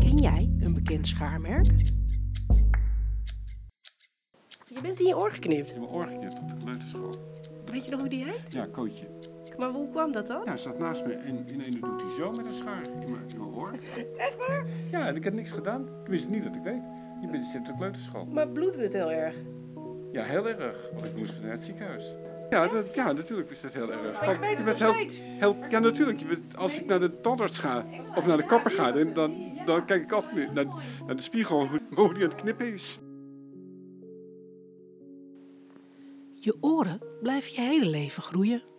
Ken jij een bekend schaarmerk? Je bent in je oor geknipt. Ik heb mijn oor geknipt op de kleuterschool. Weet je nog hoe die heet? Ja, kootje. Maar hoe kwam dat dan? Ja, hij staat naast me en ineens doet hij zo met een schaar in mijn, in mijn oor. Echt waar? Ja, en ik heb niks gedaan. Tenminste, niet dat ik weet. Je bent zit op de kleuterschool. Maar bloedde het heel erg. Ja, heel erg. Want ik moest naar het ziekenhuis. Ja, dat, ja natuurlijk is dat heel erg. Maar je weet het nog heel, steeds. heel, Ja, natuurlijk. Je bent, als ik naar de tandarts ga of naar de kapper ga, dan, dan, dan kijk ik altijd naar, naar de spiegel hoe, hoe die aan het knippen is. Je oren blijven je hele leven groeien.